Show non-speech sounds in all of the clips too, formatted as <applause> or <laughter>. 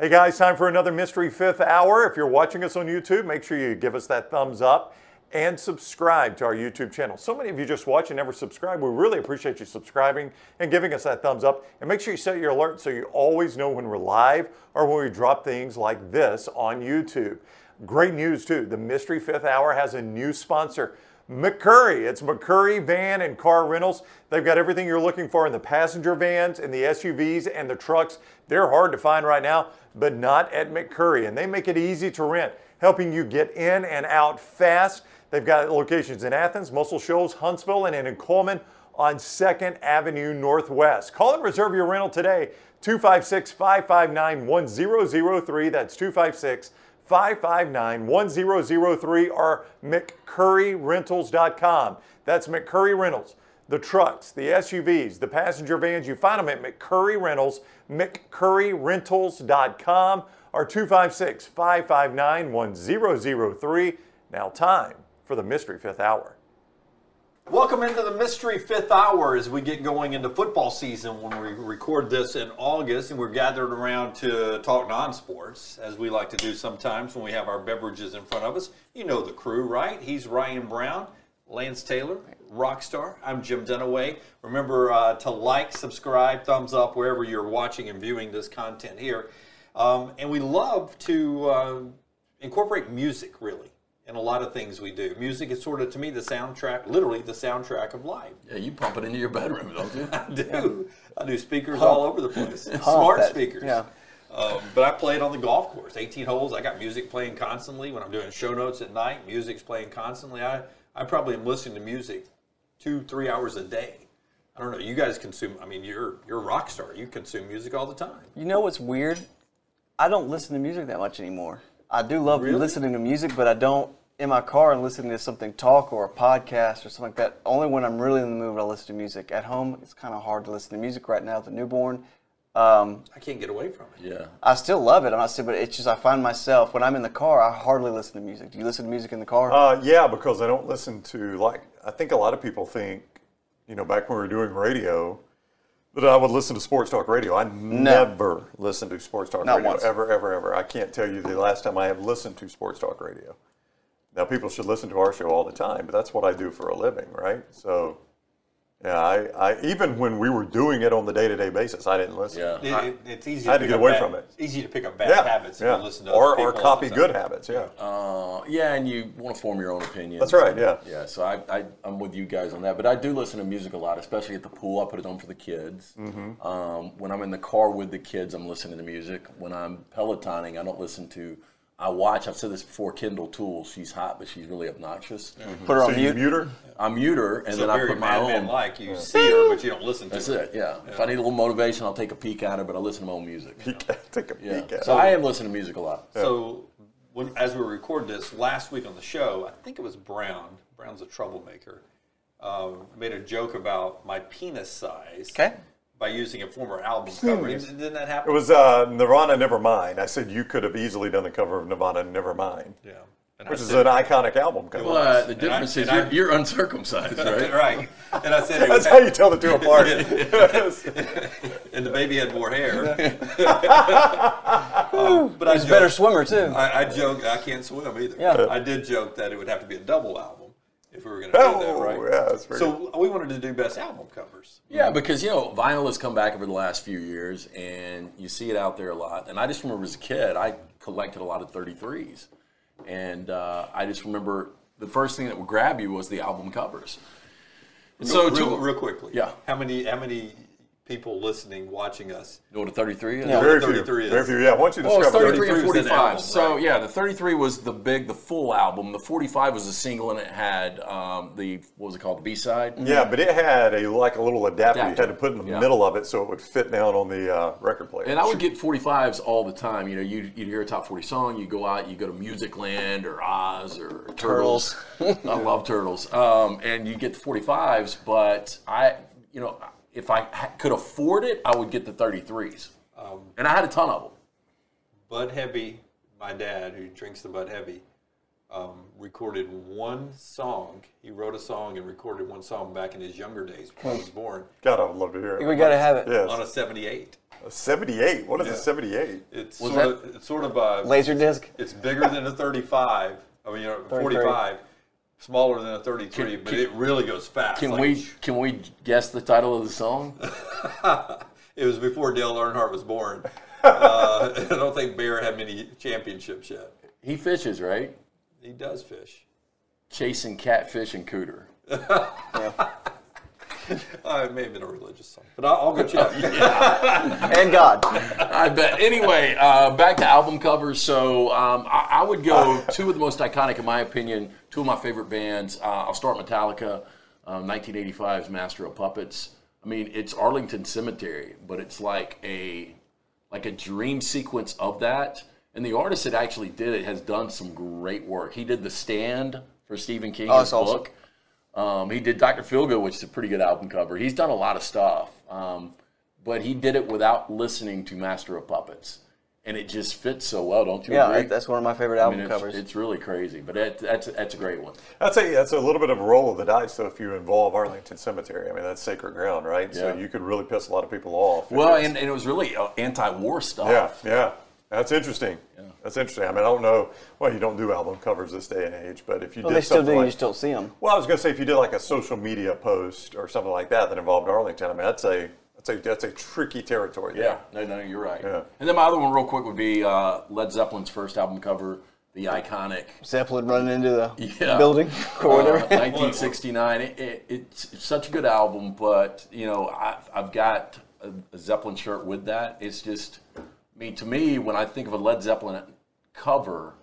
Hey guys, time for another Mystery Fifth Hour. If you're watching us on YouTube, make sure you give us that thumbs up and subscribe to our YouTube channel. So many of you just watch and never subscribe. We really appreciate you subscribing and giving us that thumbs up. And make sure you set your alert so you always know when we're live or when we drop things like this on YouTube. Great news, too. The Mystery Fifth Hour has a new sponsor. McCurry. It's McCurry Van and Car Rentals. They've got everything you're looking for in the passenger vans, in the SUVs, and the trucks. They're hard to find right now, but not at McCurry. And they make it easy to rent, helping you get in and out fast. They've got locations in Athens, Muscle Shoals, Huntsville, and in Coleman on 2nd Avenue Northwest. Call and reserve your rental today, 256 559 1003. That's 256 559 1003 or McCurryRentals.com. That's McCurry Rentals. The trucks, the SUVs, the passenger vans, you find them at McCurry Rentals, McCurryRentals.com or 256 559 1003. Now, time for the Mystery Fifth Hour. Welcome into the mystery fifth hour as we get going into football season when we record this in August and we're gathered around to talk non sports as we like to do sometimes when we have our beverages in front of us. You know the crew, right? He's Ryan Brown, Lance Taylor, Rockstar. I'm Jim Dunaway. Remember uh, to like, subscribe, thumbs up wherever you're watching and viewing this content here. Um, and we love to um, incorporate music really in a lot of things we do. Music is sort of, to me, the soundtrack, literally the soundtrack of life. <laughs> Yeah, you pump it into your bedroom, <laughs> don't you? I do. I do speakers all over the place. Smart that- speakers. yeah. Um, but I play it on the golf course, 18 holes. I got music playing constantly when I'm doing show notes at night. Music's playing constantly. I, I probably am listening to music two, three hours a day. I don't know. You guys consume. I mean, you're you're a rock star. You consume music all the time. You know what's weird? I don't listen to music that much anymore. I do love Really? listening to music, but I don't in my car and listening to something talk or a podcast or something like that. Only when I'm really in the mood I listen to music. At home, it's kind of hard to listen to music right now with a newborn. Um, I can't get away from it. Yeah. I still love it. I'm not saying, but it's just I find myself when I'm in the car, I hardly listen to music. Do you listen to music in the car? Uh, yeah, because I don't listen to like I think a lot of people think, you know, back when we were doing radio, that I would listen to sports talk radio. I never listen to sports talk Not radio once. ever, ever, ever. I can't tell you the last time I have listened to sports talk radio. Now people should listen to our show all the time, but that's what I do for a living, right? So, yeah, I, I even when we were doing it on the day-to-day basis, I didn't listen. Yeah. It- it- it's easy. I had to pick get up away bad- from it. It's easy to pick up bad yeah, habits yeah. if you listen to or other or people all the copy time. good habits. Yeah, Uh, yeah, and you want to form your own opinion. That's right, yeah. Yeah, so I, I, I'm with you guys on that. But I do listen to music a lot, especially at the pool. I put it on for the kids. Mm-hmm. Um, when I'm in the car with the kids, I'm listening to music. When I'm Pelotoning, I don't listen to. I watch, I've said this before, Kendall Tool. She's hot, but she's really obnoxious. Put her so on you mute. mute her. I mute her, and So then I very put my own. like you see her, but you don't listen to That's her. it, yeah. If I need a little motivation, I'll take a peek at her, but I listen to my own music. <laughs> You can't take a Yeah. peek at So it. I am listening to music a lot. So, when, as we record this last week on the show, I think it was Brown. Brown's a troublemaker. Um, made a joke about my penis size. Okay. By using a former album cover. Didn't didn't that It happen? was uh, Nirvana Nevermind. I said you could have easily done the cover of Nirvana Nevermind, yeah. which is an iconic album cover. But uh, the And difference I- is and you're, I- you're <laughs> uncircumcised, right? right. And I said, it That's was, how you tell the two <laughs> apart. and the baby had more hair. <laughs> Um, but I He's a better joked- swimmer too. I, I joke. I can't swim either. Yeah. I did joke that it would have to be a double album if we were going to do that, Oh, right? yeah, that's pretty. So we wanted to do best album covers. Yeah, because you know vinyl has come back over the last few years, and you see it out there a lot. And I just remember as a kid, I collected a lot of 33s, and uh, I just remember the first thing that would grab you was the album covers. And so real, to real quickly, Yeah. How many how many people listening, watching us? you know what a 33 is? very few, 33 is- very few. Yeah, once you Well, it's discover 33 and 33 was an 45. album, so right. yeah, the 33 was the big, the full album. The 45 was a single, and it had um, the what was it called, the B side? Yeah, but it had a like a little adapter, you Adapter, had to put in the yeah. middle of it so it would fit down on the uh, record player. And I would get 45s all the time. You know, you'd, you'd hear a top 40 song, you go out, you go to Music Land or Oz or Turtles. <laughs> I love Turtles. Um, and you get the 45s, but I, you know, if I ha- could afford it, I would get the 33s. and I had a ton of them. Bud Heavy, my dad, who drinks the Bud Heavy, um, recorded one song. He wrote a song and recorded one song back in his younger days when he was born God, I would love to hear it. We gotta have it. on a Yes. 78. A 78. What is a Yeah. 78? It's Was sort of it's sort of a Laser disc. It's bigger than a 35. I mean, you know, 33. 45. Smaller than a 33, Can- but can- it really goes fast. Can Like, we can we guess the title of the song? It was before Dale Earnhardt was <laughs> born. uh, <laughs> I don't think Bear had many championships yet. He fishes, right? He does fish. Chasing catfish and cooter. Uh, it may have been a religious song, but I'll, I'll go <laughs> check. And God. I bet. Anyway, uh, back to album covers. So um, I, I would go two of the most iconic, in my opinion, two of my favorite bands. Uh, I'll start Metallica, um, 1985's Master of Puppets. I mean, it's Arlington Cemetery, but it's like a like a dream sequence of that. And the artist that actually did it has done some great work. He did The Stand for Stephen King's Oh, that's awesome. book. Um, he did Dr. Feelgood, which is a pretty good album cover. He's done a lot of stuff, um, but he did it without listening to Master of Puppets, and it just fits so well, don't you Yeah, agree? that- that's one of my favorite I mean, album it's, covers. it's really crazy, but that, that's that's a great one. That's a that's a little bit of a roll of the dice though if you involve Arlington Cemetery. I mean that's sacred ground, right? Yeah. So you could really piss a lot of people off. if Well, it's- and, and it was really uh, anti-war stuff. yeah, yeah, that's interesting. That's interesting. I mean, I don't know. Well, you don't do album covers this day and age, but if you well, did they still something do. You like- just don't see them. well, I was going to say if you did like a social media post or something like that that involved Arlington. I mean, that's a that's a that's a tricky territory. there. Yeah, no, no, you're right. Yeah. And then my other one, real quick, would be uh, Led Zeppelin's first album cover, the iconic Zeppelin running into the Yeah. building <laughs> or Uh, <laughs> whatever. 1969. It, it, it's, it's such a good album, but you know, I've, I've got a, a Zeppelin shirt with that. It's just, I mean, to me, when I think of a Led Zeppelin cover,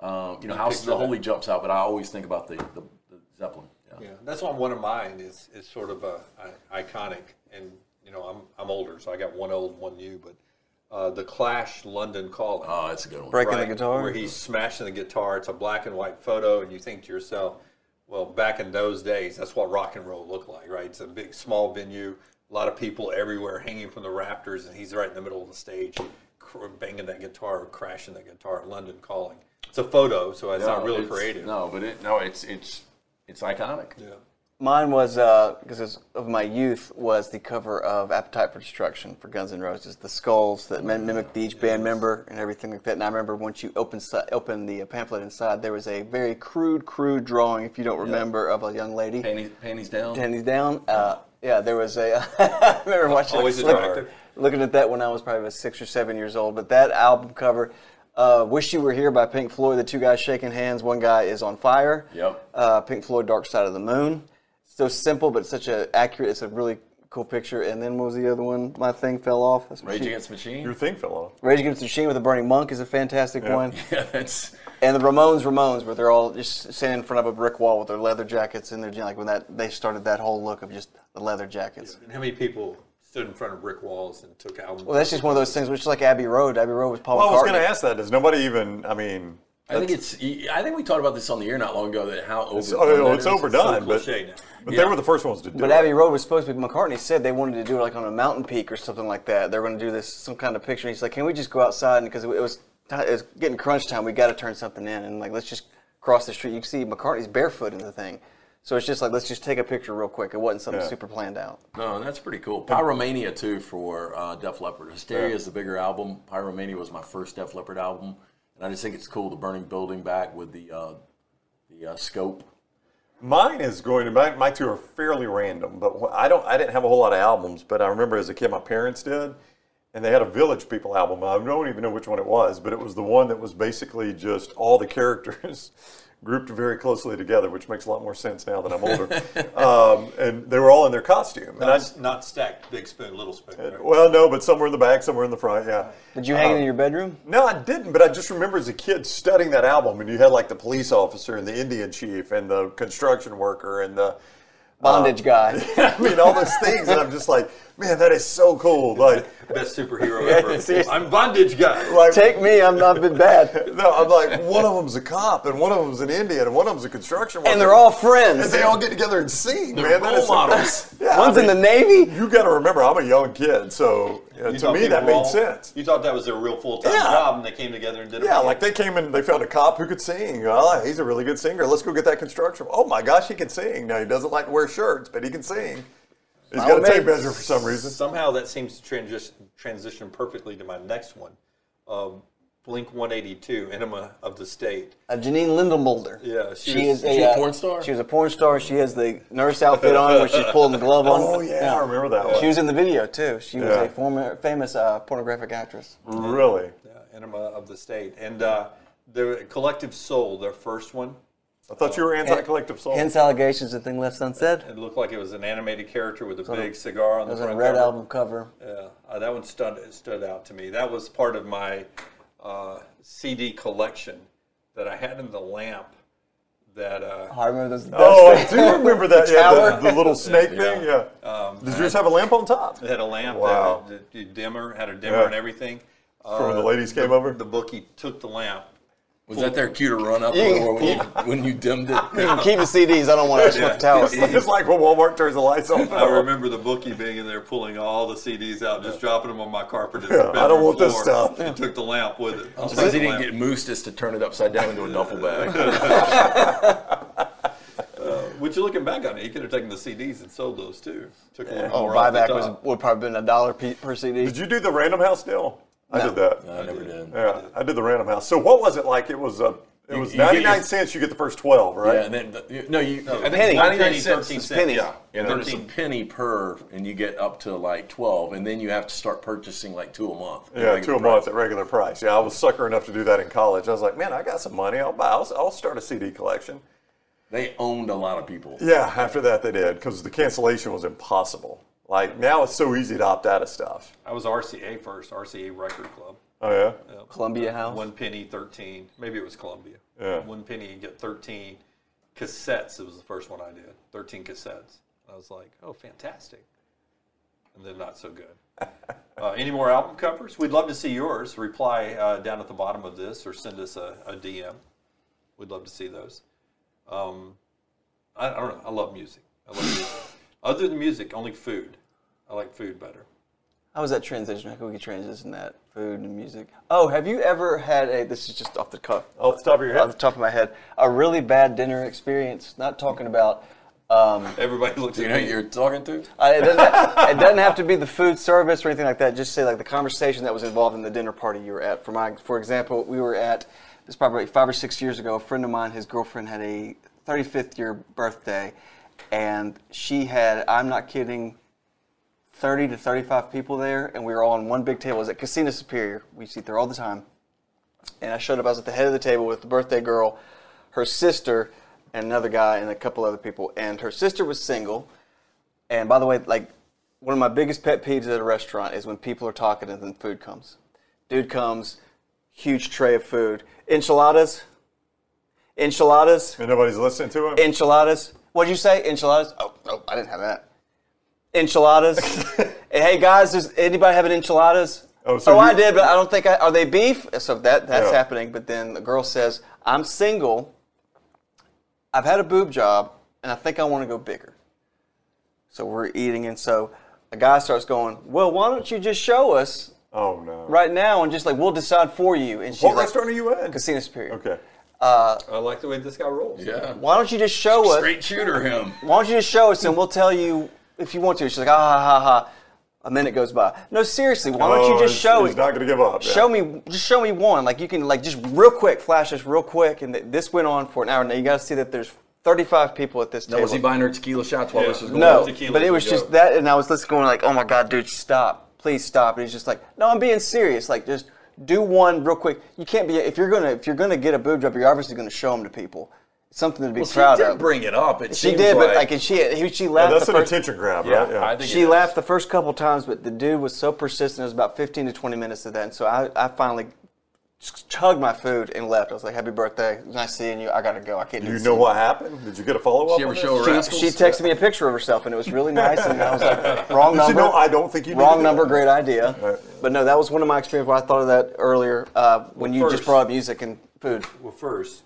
um, you know, House of picture the that. Holy jumps out, but I always think about the, the, the Zeppelin. <laughs> Yeah. Yeah, that's why one of mine is is sort of a, I iconic, and you know I'm I'm older, so I got one old, one new. But uh, the Clash, London Calling, Oh, that's a good one. Breaking the guitar. where he's smashing the guitar. It's a black and white photo, and you think to yourself, well, back in those days, that's what rock and roll looked like, right? It's a big, small venue, a lot of people everywhere, hanging from the rafters, and he's right in the middle of the stage, cr- banging that guitar, crashing that guitar. London Calling. It's a photo, so it's not No, really it's- creative. No, but it, no, it's it's it's iconic. Yeah. Mine was because it's of my youth was the cover of Appetite for Destruction for Guns N' Roses, the skulls that Mm. mim- mimicked each band member and everything like that. And I remember once you open si- open the pamphlet inside, there was a very crude, crude drawing, if you don't remember, of a young lady. Panties, panties down. Panties down. Uh, yeah, there was a. <laughs> I remember watching. Always look- attractive. Looking at that when I was probably about six or seven years old, but that album cover, uh, "Wish You Were Here" by Pink Floyd. The two guys shaking hands. One guy is on fire. Yep. Uh, Pink Floyd, "Dark Side of the Moon." So simple, but such a accurate. It's a really cool picture. And then what was the other one? My thing fell off. That's Rage Against the Machine. your thing fell off. Rage Against the Machine with the Burning Monk is a fantastic one. <laughs> yeah, that's And the Ramones, Ramones, where they're all just standing in front of a brick wall with their leather jackets in their jeans. Like when that they started that whole look of just the leather jackets. And how many people stood in front of brick walls and took albums? Well, that's just one of those things, which is like Abbey Road. Abbey Road was Paul Well, I was going to McCartney. ask that. Is nobody even? I mean, I think it's. I think we talked about this on the air not long ago. That how overdone. oh, that it's is. overdone, so but, cliche now. but they were the first ones to do But it. Abbey Road was supposed to be. McCartney said they wanted to do it like on a mountain peak or something like that. They're going to do this some kind of picture. And he's like, "Can we just go outside?" Because it, was ti- it was getting crunch time. We got to turn something in, and like let's just cross the street. You can see McCartney's barefoot in the thing, so it's just like let's just take a picture real quick. It wasn't something Yeah. super planned out. No, that's pretty cool. Pyromania too for uh, Def Leppard. Hysteria is the bigger album. Pyromania was my first Def Leppard album, and I just think it's cool the burning building back with the uh, the uh, scope. Mine is going to my, my two are fairly random, but wh- I don't I didn't have a whole lot of albums, but I remember as a kid my parents did, and they had a Village People album. I don't even know which one it was, but it was the one that was basically just all the characters <laughs> grouped very closely together, which makes a lot more sense now that I'm older. um, and they were all in their costume, and I Not, not stacked, big spoon, little spoon. Uh, right? well no, but somewhere in the back, somewhere in the front, yeah. Did you hang it in your bedroom? No, I didn't, but I just remember as a kid studying that album, and you had like the police officer and the Indian chief and the construction worker and the Bondage uh, <laughs> guy. I mean, all those things, and I'm just like, man, that is so cool. Like, Best <laughs> superhero seriously. ever. I'm bondage guy. like Take me. I'm not been bad. no, I'm like, one of them's a cop, and one of them's an Indian, and one of them's a construction worker, And they're all and friends. they all get together and sing, They're man. That role is so- models. <laughs> yeah, I One's in mean, the Navy. You got to remember, I'm a young kid, so Yeah, You to thought me, they that were made all- sense. You thought that was their real full time Yeah. job, and they came together and did it. Yeah, for you. like they came in, they found a cop who could sing. Oh, he's a really good singer. Let's go get that construction. Oh my gosh, he can sing. Now he doesn't like to wear shirts, but he can sing. He's got a Follow me. tape measure for some reason. somehow that seems to transition transition perfectly to my next one. Um, Blink 182, Enema of the State. Uh, Janine Lindelmulder. Yeah, she she was- is a, she a uh, porn star? She was a porn star. She has the nurse outfit on <laughs> where she's pulling the glove on. Oh yeah, I remember that one. She was in the video too. She was Yeah. a former famous uh, pornographic actress. Really? Yeah, Enema of the State. And uh, their Collective Soul, their first one, I thought you were anti-collective soul. Hence allegations and thing left unsaid. it looked like it was an animated character with a big cigar on It the was on front. a red cover. album cover. Yeah, uh, that one stood, stood out to me. That was part of my uh, CD collection that I had in the lamp that. Uh, I remember those. Oh, I do remember that. The yeah, tower. the, the little snake Yeah. Um, thing. Yeah. Did yours have a lamp on top? It had a lamp, Wow. that, the, the dimmer, had a dimmer Yeah. and everything. Uh, From when the ladies came over? The bookie took the lamp. Was that their cue to run up or when, you, when you dimmed it? You can <laughs> keep the CDs. I don't want to touch Yeah. the <laughs> <laughs> towers. It's like when Walmart turns the lights <laughs> off. I remember the bookie being in there pulling all the CDs out, just dropping them on my carpet. Yeah, I don't want this stuff. He took the lamp with it. I'm surprised he didn't get moosed just to turn it upside down into a duffel bag. Which you're looking back on it, he could have taken the CDs and sold those too. Took a little Oh, more off the buyback was top. would probably been a dollar pe- per CD. Did you do the Random House deal? I did that. I never did. yeah, I did the Random House. So what was it like? It was uh, it You- was you get your- 99 cents. You get the first 12, right? Yeah, and then the, you- no, you I think penny. 99 Penny, cents, 13 is- cents. Yeah, yeah then it's a 13. penny per, and you get up to like twelve, and then you have to start purchasing like two a month. at Yeah, regular two a price. month at regular price. Yeah, I was sucker enough to do that in college. I was like, man, I got some money. I'll buy. I'll, I'll start a CD collection. They owned a lot of people. Yeah, after that they did because the cancellation was impossible. Like now it's so easy to opt out of stuff. I was RCA first, RCA Record Club. Oh yeah, Columbia House. One penny, 13. Maybe it was Columbia. Yeah. One penny, you get 13 cassettes. It was the first one I did. 13 cassettes. I was like, oh, fantastic. And then not <laughs> so good. uh, any more album covers? We'd love to see yours. Reply uh, down at the bottom of this or send us a, a DM. We'd love to see those. Um, I, I don't know. I love music. I <laughs> love music. Other than music, only food. I like food better. How was that transition? How could we transition that? Food and music. Oh, have you ever had a? This is just off the cuff. off the top of your Off head. the top of my head, a really bad dinner experience. Not talking about. Um, Everybody looks You at know me. who you're talking to? I- Uh, it, doesn't, it doesn't have to be the food service or anything like that. Just say like the conversation that was involved in the dinner party you were at. For my, for example, we were at this probably five or six years ago. A friend of mine, his girlfriend had a 35th year birthday, and she had. I'm not kidding. 30 to 35 people there, and we were all on one big table. It was at Casino Superior. We used to eat there all the time. And I showed up, I was at the head of the table with the birthday girl, her sister, and another guy, and a couple other people. And her sister was single. And by the way, like, one of my biggest pet peeves at a restaurant is when people are talking and then food comes. Dude comes, huge tray of food. Enchiladas? Enchiladas? And nobody's listening to him. enchiladas. What'd you say? Enchiladas? Oh, oh, I didn't have that. <laughs> Enchiladas. And, hey guys, does anybody have an enchiladas? Oh, so I you- did, but I don't think I are they beef. So that that's Yeah. happening. But then the girl says, "I'm single. I've had a boob job, and I think I want to go bigger." So we're eating, and so a guy starts going, "Well, why don't you just show us oh no. right now, and just like we'll decide for you?" And she's What like, restaurant are you in? Casino Superior. Okay. I like the way this guy rolls. Yeah, Why don't you just show us? straight shooter him. why don't you just show us and we'll tell you if you want to? She's like, ah, ha, ha, ha. A minute goes by. No, seriously, why don't Oh, you just he's- show He's it? not going to give up. yeah. Show me, just show me one. Like you can, like just real quick, flash this real quick. And th- this went on for an hour. Now you got to see that there's 35 people at this Now, table. was he buying her tequila shots while Yeah. this was going no, on? Tequila but it to was go. just that, and I was just going like, oh my god, dude, stop, please stop. And he's just like, no, I'm being serious. Like just do one real quick. You can't be if you're gonna if you're gonna get a boob job, you're obviously gonna show them to people. Something to be Well, proud she did of. bring it up. It She seems did, like, but like, and she he- she laughed. That's the an first, attention grab, yeah, right? Yeah. I think She it laughed the first couple times, but the dude was so persistent. It was about fifteen to twenty minutes of that, and so I, I finally just chugged my food and left. I was like, "Happy birthday, nice seeing you. I gotta go. I can't." Do do you this know anymore." what happened? Did you get a follow up? She ever show her rascals? She texted me a picture of herself, and it was really nice. And I was like, <laughs> "Wrong You number." know, I don't think you. need to Wrong do number, that. great idea. But no, that was one of my experiences. Where I thought of that earlier uh, when you first- just brought up music and food. Well, first,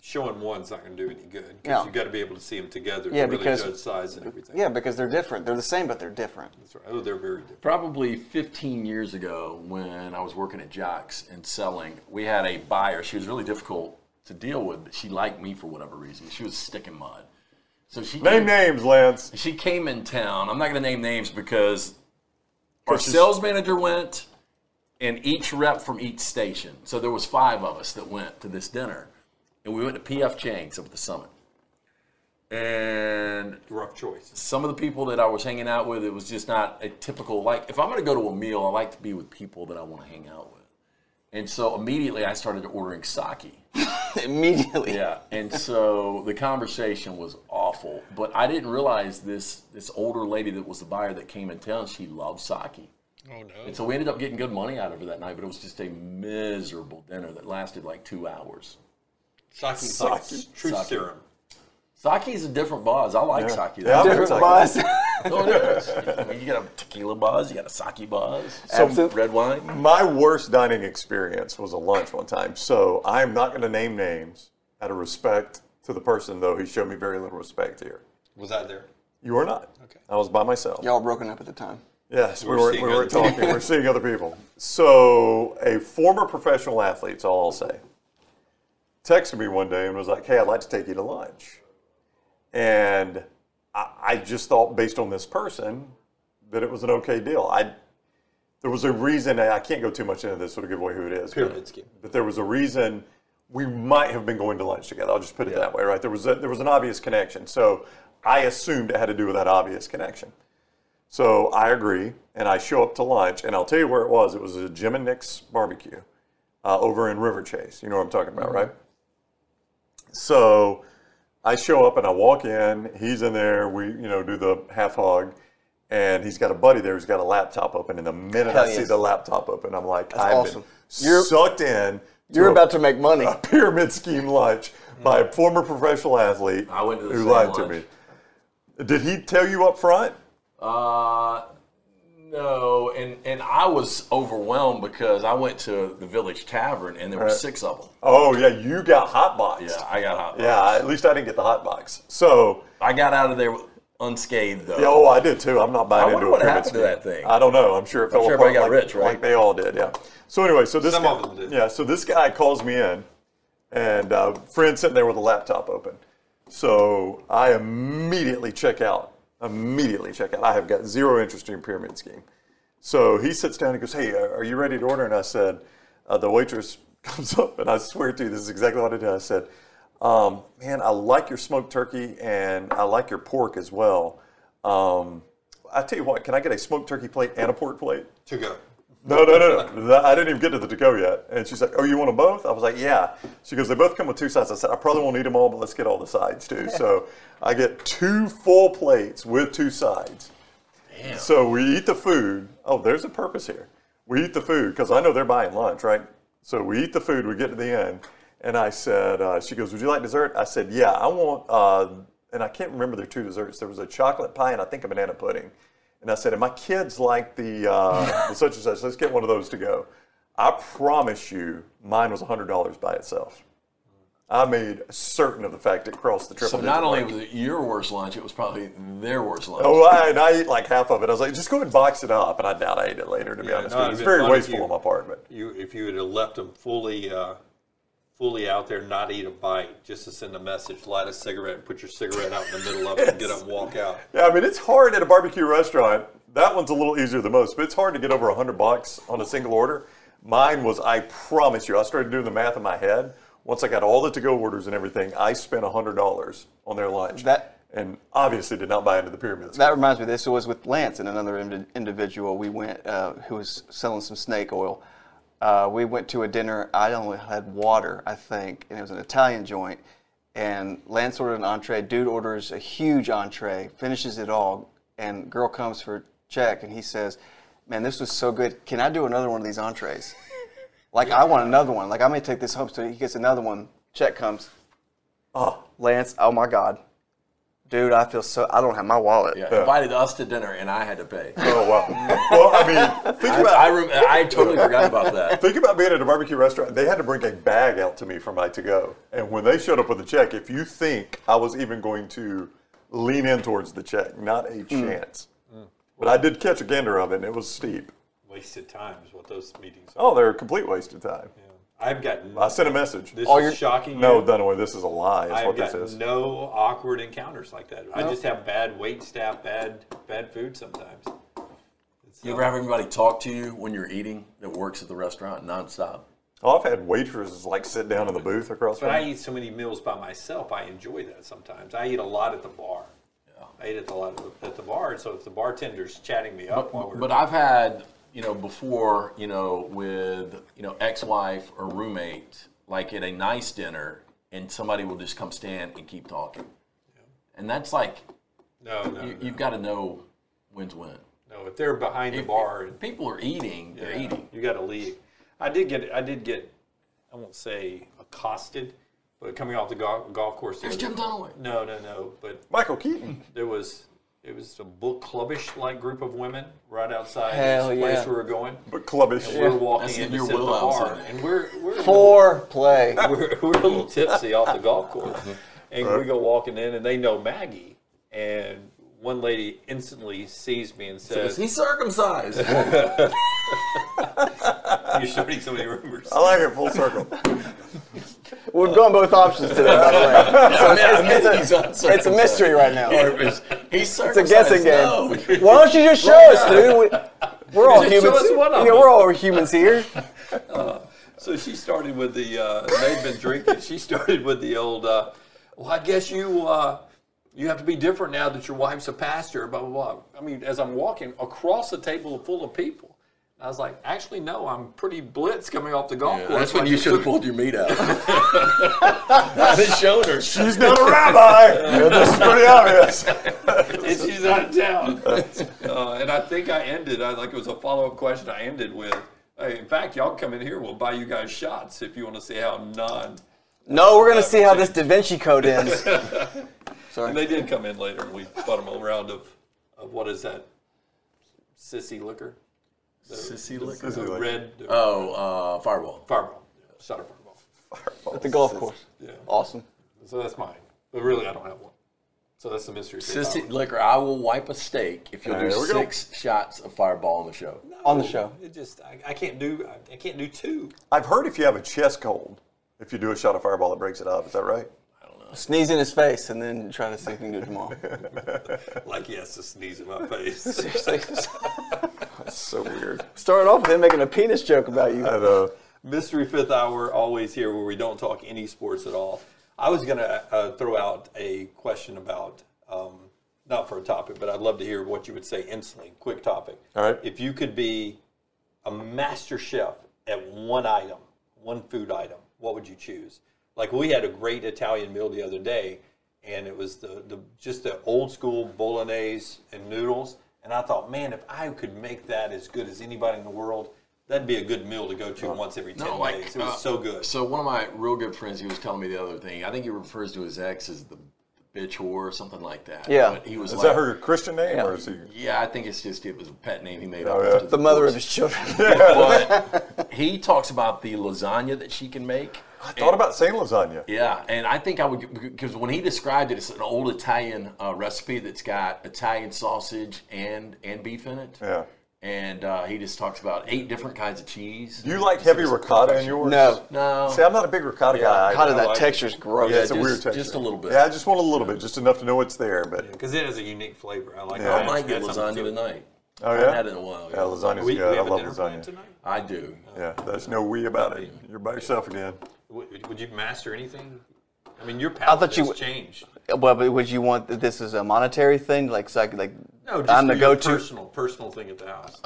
showing one's not going to do any good because No. you got to be able to see them together Yeah, to really because- judge size and everything. Yeah, because they're different. They're the same, but they're different. <laughs> That's right. Oh, they're very different. Probably 15 years ago, when I was working at Jocks and selling, we had a buyer. She was really difficult to deal with, but she liked me for whatever reason. She was sticking mud. So she Name came, names, Lance. she came in town. I'm not going to name names because our sales manager went, and each rep from each station. So there was five of us that went to this dinner, and we went to PF Chang's up at the summit. And Rough choice. some of the people that I was hanging out with, it was just not a typical like. If I'm going to go to a meal, I like to be with people that I want to hang out with. And so immediately I started ordering sake. Immediately. Yeah. And so the conversation was awful, but I didn't realize this this older lady that was the buyer that came in town, she loved sake. Oh no. And so we ended up getting good money out of her that night, but it was just a miserable dinner that lasted like 2 hours. Saki's like Saki. truth serum. Sake's a different buzz. I like sake. Yeah. That's- Different Second. buzz. <laughs> Oh, it <laughs> is. I mean, you got a tequila buzz, you got a sake buzz, Absolute- some red wine. My worst dining experience was a lunch one time. So I am not going to name names out of respect to the person, though he showed me very little respect here. Was I there? You are not. Okay. I was by myself. Y'all broken up at the time. Yes, we We're were, we seeing were other talking. we're seeing other people. So, a former professional athlete, is all I'll say, texted me one day and was like, Hey, I'd like to take you to lunch. And I, I just thought, based on this person, that it was an okay deal. I There was a reason, and I can't go too much into this, so to give away who it is. Pyramid scheme. But there was a reason we might have been going to lunch together. I'll just put it that way, right? There was a, there was an obvious connection. So I assumed it had to do with that obvious connection. So I agree, and I show up to lunch, and I'll tell you where it was. It was a Jim and Nick's barbecue uh, over in River Chase. You know what I'm talking about, Mm-hmm. right? So I show up and I walk in. He's in there. We, you know, do the half hog, and he's got a buddy there who's got a laptop open. And the minute I Hell see yes. the laptop open, I'm like, I've awesome. been You're- sucked in. You're a- about to make money. <laughs> a pyramid scheme lunch by a former professional athlete Mm-hmm. I went to the who same lied to me. lunch. Did he tell you up front? Uh, no, and and I was overwhelmed because I went to the Village Tavern and there were six of them. Oh yeah, you got hot boxed. Yeah, I got hot. Yeah, at least I didn't get the hot box. So, I got out of there unscathed though. yeah, oh, I did too. I'm not buying I wonder into a what pyramid happened to scheme. that thing. I don't know. I'm sure it fell sure apart everybody got like, rich, right? like they all did. Yeah. So anyway, so this Some guy, of them did. yeah, so this guy calls me in, and uh, friend sitting there with a laptop open. So I immediately check out. Immediately check out. I have got zero interest in pyramid scheme. So he sits down and goes, "Hey, are are you ready to order?" And I said, uh, "The waitress <laughs> comes up, and I swear to you, this is exactly what I did." I said, um, "Man, I like your smoked turkey, and I like your pork as well. Um, I tell you what, can I get a smoked turkey plate and a pork plate?" To go. No, no, no, no. That- I didn't even get to the to-go yet. And she's like, "Oh, you want them both?" I was like, "Yeah." She goes, "They both come with two sides." I said, "I probably won't eat them all, but let's get all the sides too." So I get two full plates with two sides. So we eat the food. Oh, there's a purpose here. We eat the food because I know they're buying lunch, right? So we eat the food. We get to the end, and I said, uh, "She goes, would you like dessert?" I said, "Yeah, I want." Uh, and I can't remember their two desserts. There was a chocolate pie and I think a banana pudding. And I said, "And my kids like the, <laughs> uh, the such and such. Let's get one of those to go." I promise you, mine was hundred dollars by itself. I made certain of the fact it crossed the triple. So not digit only mark. was it your worst lunch, it was probably their worst lunch. Oh, I, and I ate like half of it. I was like, just go ahead and box it up. And I doubt I ate it later, to be Yeah, honest. no, with you. it's it'd be very fun if wasteful you- on my part. But You, if you would have left them fully, uh, fully out there, not eat a bite, just to send a message, light a cigarette, put your cigarette out in the middle of it, and get up and walk out. yeah, I mean, it's hard at a barbecue restaurant. That one's a little easier than most, but it's hard to get over 100 bucks on a single order. Mine was, I promise you, I started doing the math in my head. Once I got all the to go orders and everything, I spent $100 on their lunch. That- and obviously did not buy into the pyramids. That reminds me, this was with Lance and another indi- individual. We went uh, who was selling some snake oil. Uh, we went to a dinner. I only had water, I think, and it was an Italian joint. And Lance ordered an entree. Dude orders a huge entree, finishes it all, and girl comes for check, and he says, "Man, this was so good. Can I do another one of these entrees? Like, I want another one. Like, I'm gonna take this home." So he gets another one. Check comes. Ah, Lance, oh my God. Dude, I feel so. I don't have my wallet. Yeah, invited us to dinner, and I had to pay. Oh well. well, I mean, think I, about I, rem- I totally forgot about that. <laughs> think about being at a barbecue restaurant. They had to bring a bag out to me for my to go, and when they showed up with a check, if you think I was even going to lean in towards the check, not Hmm. a chance. But I did catch a gander of it, and it was steep. Wasted time is what those meetings are. Oh, they're a complete waste of time. I've gotten I sent a message. Oh, this All is your- shocking. no, you. Dunaway, this is a lie. That's I've what this got is. no awkward encounters like that. I just have bad wait staff, bad bad food sometimes. It's, You uh, ever have anybody talk to you when you're eating that works at the restaurant nonstop? Oh, I've had waitresses like sit down in the booth across But from I me. eat so many meals by myself. I enjoy that sometimes. I eat a lot at the bar. I eat at the lot at the, at the bar. So if the bartender's chatting me up while we're But I've had, you know, before, you know, with, you know, ex-wife or roommate, like at a nice dinner, and somebody will just come stand and keep talking. And that's like, no, no, you, no, you've got to know when's when. no. If they're behind the bar, and, People are eating, they're Yeah, eating. You got to leave. I did get. I did get. I won't say accosted, but coming off the golf, golf course. There's Jim Dunaway. No, no, no. But Michael Keaton. there was it was a book clubbish like group of women right outside Hell this place yeah. we were going. But clubbish. We were That's walking in in to your sit at the wheelhouse, bar, isn't it? and we're we're Four play. we're, we're a little tipsy off the golf <laughs> course, Uh-huh. and we go walking in, and they know Maggie, and one lady instantly sees me and Is says, he <laughs> circumcised? "You're starting so many <laughs> rumors." Oh, I like it full <laughs> circle. We've gone both options today, by the way. So it's, it's, it's, a, <laughs> it's a mystery right now. It's He's a circumcised. guessing game. No. Why don't you just show us, dude? We, we're all Just humans. show us one of yeah, them. we're all humans here. So she started with the uh, they've been drinking. She started with the old. Uh, well, I guess you uh, you have to be different now that your wife's a pastor. Blah blah blah. I mean, as I'm walking across a table full of people, I was like, actually, no, I'm pretty blitzed coming off the golf Yeah, course. <laughs> that's when I you just should have took- pulled your meat <laughs> out. Not his shoulder. He's not a <laughs> rabbi. Yeah, this is pretty obvious. and she's out of town. Uh, and I think I ended. I like it was a follow up question. I ended with, hey, in fact, y'all come in here. We'll buy you guys shots if you want to see how non. No, we're gonna see how this Da Vinci Code ends. And they did come in later, and we bought them a round of, of what is that? Sissy liquor, Sissy liquor. the red uh, Oh, uh, fireball. fireball, yeah, shot of fireball. <laughs> At the golf course. Yeah. Awesome. So that's mine. But really, I don't have one. So that's the mystery. food Sissy liquor. I will wipe a steak if you'll All right, do there we go. six shots of fireball on the show. power. On the show. It just I, I can't do I, I can't do two. I've heard if you have a chest cold, if you do a shot of fireball, it breaks it up. Is that right? Sneeze in his face and then try to see if he can do it tomorrow. <laughs> Like he has to sneeze in my face. That's so <laughs> weird. Start off with him making a penis joke about you. And, uh, <laughs> Mystery Fifth Hour, always here where we don't talk any sports at all. I was going to uh, throw out a question about, um, not for a topic, but I'd love to hear what you would say instantly. Quick topic. All right. If you could be a master chef at one item, one food item, what would you choose? Like we had a great Italian meal the other day, and it was the, the just the old school bolognese and noodles. And I thought, man, if I could make that as good as anybody in the world, that'd be a good meal to go to once every ten No, like, days. It was uh, so good. So one of my real good friends, he was telling me the other thing. I think he refers to his ex as the bitch whore or something like that. Yeah. But he was is like, that her Christian name or is he? yeah, I think it's just it was a pet name he made Oh, up. yeah. after The mother of his children. But <laughs> he talks about the lasagna that she can make. I thought about saying lasagna. Yeah, and I think I would because when he described it, it's an old Italian uh, recipe that's got Italian sausage and and beef in it. Yeah. And uh, he just talks about eight different kinds of cheese. Do you like heavy ricotta in yours? No. No. See, I'm not a big ricotta guy. <laughs> How did I- I that like- texture's gross? Yeah, it's a just- weird texture. just a little bit. Yeah, I just want a little bit, just enough to know it's there. But uh, Because it is a unique flavor. I like Yeah. that. I might get That's something lasagna to it. tonight. oh I haven't had yeah, it in a while. yeah, lasagna's We, we good. I have a love dinner plan lasagna. tonight. I do. Yeah, there's no we about it. You're by yourself again. Would, would you master anything? I mean, your thought palate has you would- changed. Well, but would you want that this is a monetary thing? Like, so I could, like No, just I'm for the your go-to. Uh, personal personal thing at the house.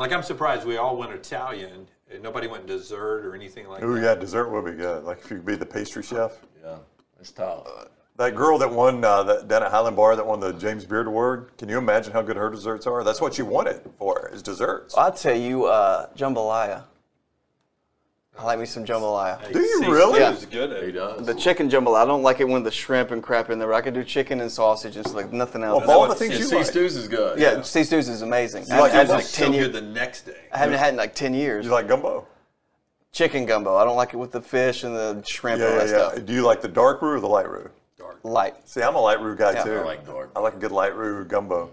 like I'm surprised we all went Italian and nobody went dessert or anything like Ooh, that. yeah, dessert would be good. Like if you could be the pastry chef. Yeah, it's tough. Uh, That girl that won uh, that, down at Highland Bar that won the James Beard Award. Can you imagine how good her desserts are? That's what she wanted for is desserts. I'll tell you, uh, jambalaya. I like me some jambalaya. Do you See, really? Steve's good at He does. The chicken jambalaya. I don't like it when the shrimp and crap in there. I could do chicken and sausage, just like nothing else. Oh, Of all the what- things yeah, you sea like. stews is good. yeah, sea stews is amazing. I like haven't had it in jambalaya? like It's so ten good years. the next day. I haven't had it in like ten years. You like gumbo? chicken gumbo. I don't like it with the fish and the shrimp and all Yeah, that yeah, yeah. stuff. Do you like the dark roux or the light roux? Light. See, I'm a light roux guy Yeah, I too. like dark. I like a good light roux gumbo.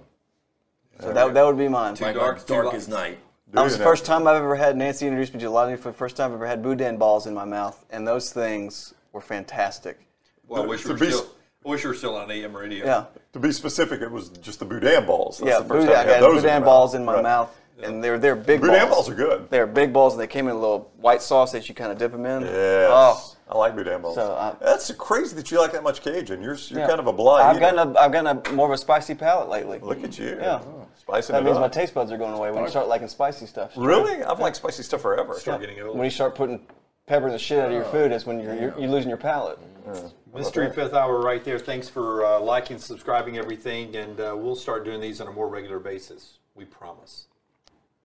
So that, that would be mine. Too That dark, Dark too as light. night. was Dude, the I- first time I've ever had. Nancy introduced me to a lot of for the first time I've ever had boudin balls in my mouth, and those things were fantastic. Well, I wish we To were be still. I wish we were still on AM radio. Yeah, To be specific, it was just the boudin balls. That's yeah. the first Boudin, I time I had had those boudin in my balls mouth. in my Right. mouth, and they're they're big. Boudin balls. balls are good. They're big balls, and they came in a little white sauce that you kind of dip them in. Yes. Oh, I like boudin balls. So, I- That's crazy that you like that much Cajun. You're you're yeah. kind of a blind. I've gotten a I've gotten a more of a spicy palate lately. Look at you. Yeah. Spicing that it means up. my taste buds are going away when you start liking spicy stuff. Really? I've liked spicy stuff forever. Start getting old. When you start putting pepper in the shit out of Oh. your food, that's when you're, you're, you're losing your palate. Mystery Fifth Hour right there. Thanks for uh, liking, subscribing, everything, and uh, we'll start doing these on a more regular basis. We promise.